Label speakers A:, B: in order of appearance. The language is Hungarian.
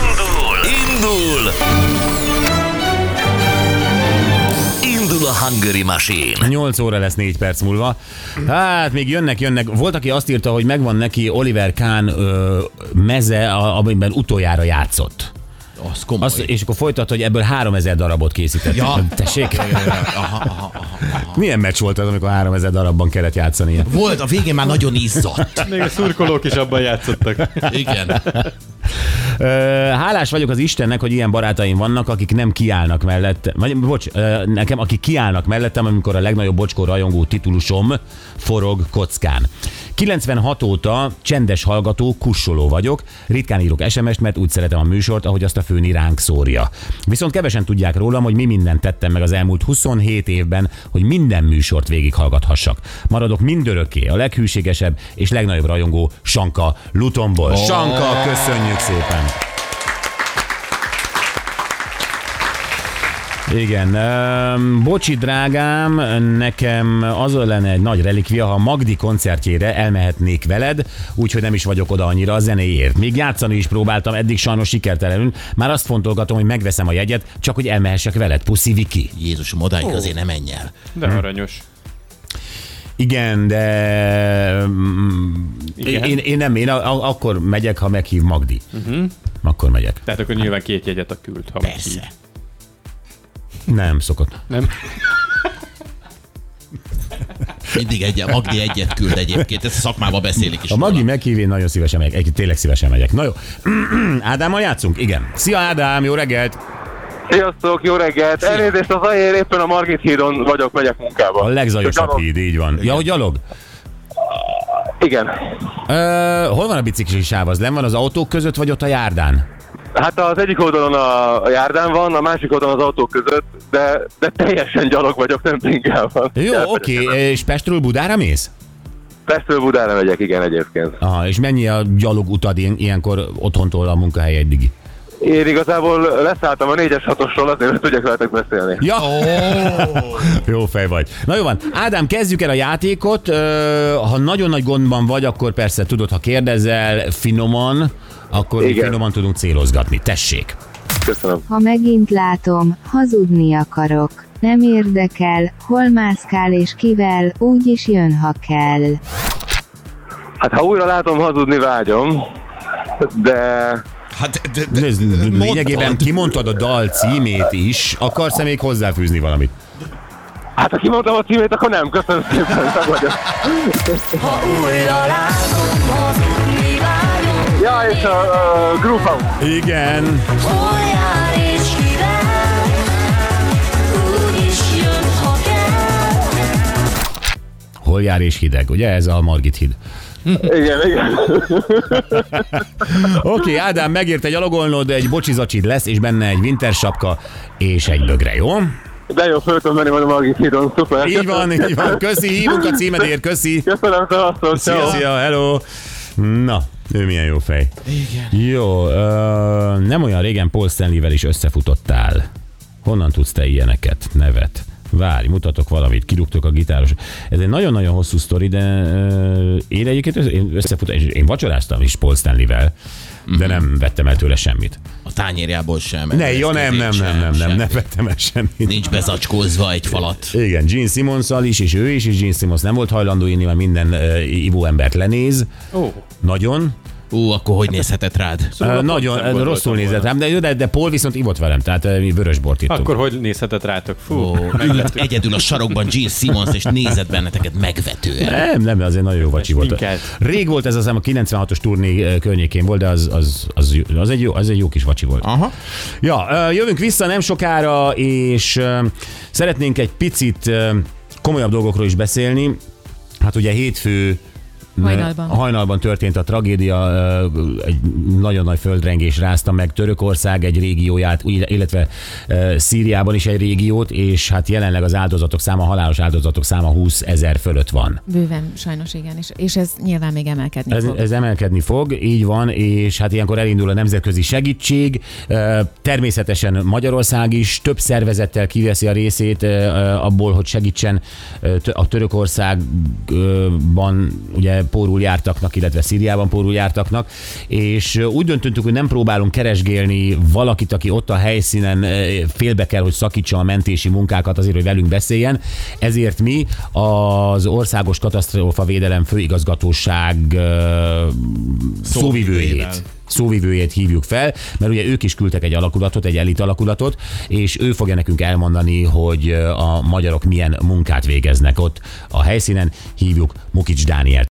A: Indul! Indul! Indul a Hungary Machine.
B: 8 óra lesz 4 perc múlva. Hát még jönnek, jönnek. Volt, aki azt írta, hogy megvan neki Oliver Kahn ö, meze, a- amiben utoljára játszott.
C: Az komoly.
B: Azt, és akkor folytatta, hogy ebből 3000 darabot készített.
C: Ja.
B: Tessék?
C: Aha, aha, aha.
B: Milyen meccs volt az, amikor 3000 darabban kellett játszani?
C: Volt, a végén már nagyon izzott.
D: Még a szurkolók is abban játszottak.
C: Igen.
B: Ö, hálás vagyok az Istennek, hogy ilyen barátaim vannak, akik nem kiállnak mellett, vagy bocs, ö, nekem, akik kiállnak mellettem, amikor a legnagyobb bocskó rajongó titulusom forog kockán. 96 óta csendes hallgató, kussoló vagyok, ritkán írok SMS-t, mert úgy szeretem a műsort, ahogy azt a főni ránk szórja. Viszont kevesen tudják rólam, hogy mi mindent tettem meg az elmúlt 27 évben, hogy minden műsort végighallgathassak. Maradok mindörökké a leghűségesebb és legnagyobb rajongó Sanka Lutonból. Oh. Sanka, köszönjük szépen! Igen. öm, Bocsi, drágám, nekem az lenne egy nagy relikvia, ha a Magdi koncertjére elmehetnék veled, úgyhogy nem is vagyok oda annyira a zenéért. Még játszani is próbáltam, eddig sajnos sikertelenül. Már azt fontolgatom, hogy megveszem a jegyet, csak hogy elmehessek veled. Puszi, Viki.
C: Jézusom, odáig azért nem menj el.
D: De aranyos.
B: Igen, de mm,
D: Igen.
B: Én, én nem, én a, a, akkor megyek, ha meghív Magdi. Uh-huh. Akkor megyek.
D: Tehát akkor nyilván két jegyet a küld, ha
C: Persze.
B: Nem szokott.
D: Nem?
C: Mindig egy, Magdi egyet küld egyébként, ezt a szakmába beszélik is.
B: A Magdi meghív, én nagyon szívesen megyek. Egy, tényleg szívesen megyek. Na jó. Ádámmal játszunk? Igen. Szia Ádám, jó reggelt!
E: Sziasztok, jó reggelt! Elnézést az én éppen a Margit hídon vagyok, megyek munkába.
B: A legzajosabb
E: Gyalog.
B: híd, így van. Ja, hogy gyalog?
E: Igen.
B: Ö, hol van a bicikli sáv? Az len van az autók között, vagy ott a járdán?
E: Hát az egyik oldalon a, a járdán van, a másik oldalon az autók között, de, de teljesen gyalog vagyok, nem bringával.
B: Jó, oké, és Pestről Budára mész?
E: Pestről Budára megyek, igen egyébként.
B: Aha, és mennyi a gyalog utad ilyen, ilyenkor otthontól a munkahelyedig?
E: Én igazából leszálltam a 4-es 6-osról, azért nem tudjak veletek beszélni.
B: Ja, jó fej vagy. Na jó van, Ádám, kezdjük el a játékot. Ö, ha nagyon nagy gondban vagy, akkor persze tudod, ha kérdezel finoman, akkor mi
E: Igen.
B: finoman tudunk célozgatni. Tessék!
E: Köszönöm.
F: Ha megint látom, hazudni akarok. Nem érdekel, hol mászkál és kivel, úgyis jön, ha kell.
E: Hát ha újra látom, hazudni vágyom, de
C: Hát, de, de,
B: Ez
C: mondd,
B: lényegében
C: mondd.
B: kimondtad a dal címét is, akarsz-e még hozzáfűzni valamit?
E: hát ha kimondtam a címét, akkor nem, köszönöm szépen, meg vagyok. Ja, és a, a Groove House.
B: Igen. Hol jár és hideg, ugye? Ez a Margit híd.
E: Igen, igen.
B: Oké, okay, Ádám, megért egy gyalogolnod, egy bocsizacsid lesz, és benne egy winter sapka és egy bögre, jó?
E: De jó, föl tudom menni majd a Margit hídon, szuper.
B: Így van, így van. Köszi, hívunk a címedért, köszi.
E: Köszönöm, szevasztok,
B: Szia,
E: ciao.
B: szia, hello. Na, ő milyen jó fej. Igen. Jó, ö, nem olyan régen Paul Stanley-vel is összefutottál. Honnan tudsz te ilyeneket? Nevet. Várj, mutatok valamit, kirúgtok a gitáros. Ez egy nagyon-nagyon hosszú sztori, de ö, én egyébként össze- én összefutottam, és én vacsoráztam is Paul Stanley-vel, de nem vettem el tőle semmit.
C: A tányérjából sem.
B: Mhm. Ne, jó, nem,
C: eszközét
B: nem, nem,
C: sem,
B: nem, nem,
C: sem.
B: nem vettem el semmit.
C: Nincs bezacskózva egy falat.
B: Igen, Gene simmons is, és ő is, és Gene Simmons nem volt hajlandó inni, mert minden uh, ivóembert lenéz.
D: Ó,
B: Nagyon.
C: Ú, akkor hogy nézhetett rád?
B: Uh,
D: akkor
B: nagyon
D: nem
B: ö,
D: gondoltam
B: rosszul
D: volna.
B: nézett rám, de, de, de Paul viszont ivott velem, tehát uh, mi vörös bort ittunk.
D: akkor hogy nézhetett rátok? Fú,
C: Ó, ült
D: meglepő.
C: egyedül a sarokban Gene Simmons, és nézett benneteket megvetően.
B: Nem, nem, azért nagyon jó vacsi volt.
D: sminkelt.
B: Rég volt ez, az a 96-os turné ö, környékén volt, de az, az, az, az, egy, jó, az egy jó kis vacsi volt.
C: Aha.
B: Ja, ö, jövünk vissza nem sokára, és ö, szeretnénk egy picit ö, komolyabb dolgokról is beszélni. Hát ugye hétfő
G: Hajnalban.
B: hajnalban történt a tragédia, ö, egy nagyon nagy földrengés rázta meg Törökország egy régióját, úgy- illetve ö, Szíriában is egy régiót, és hát jelenleg az áldozatok száma, halálos áldozatok száma 20 ezer fölött van.
G: Bőven, sajnos igen, és, és ez nyilván még emelkedni
B: Ez,
G: fog.
B: ez emelkedni fog, így van, és hát ilyenkor elindul a nemzetközi segítség. Ö, Természetesen Magyarország is több szervezettel kiveszi a részét ö, ö, abból, hogy segítsen ö, tö- a Törökországban ugye pórul jártaknak, illetve Szíriában pórul jártaknak, és úgy döntöttünk, hogy nem próbálunk keresgélni valakit, aki ott a helyszínen eh, félbe kell, hogy szakítsa a mentési munkákat azért, hogy velünk beszéljen. Ezért mi az Országos Katasztrófa Védelem Főigazgatóság eh, szóvivőjét szóvivőjét hívjuk fel, mert ugye ők is küldtek egy alakulatot, egy elit alakulatot, és ő fogja nekünk elmondani, hogy a magyarok milyen munkát végeznek ott a helyszínen. Hívjuk Mukics Dánielt.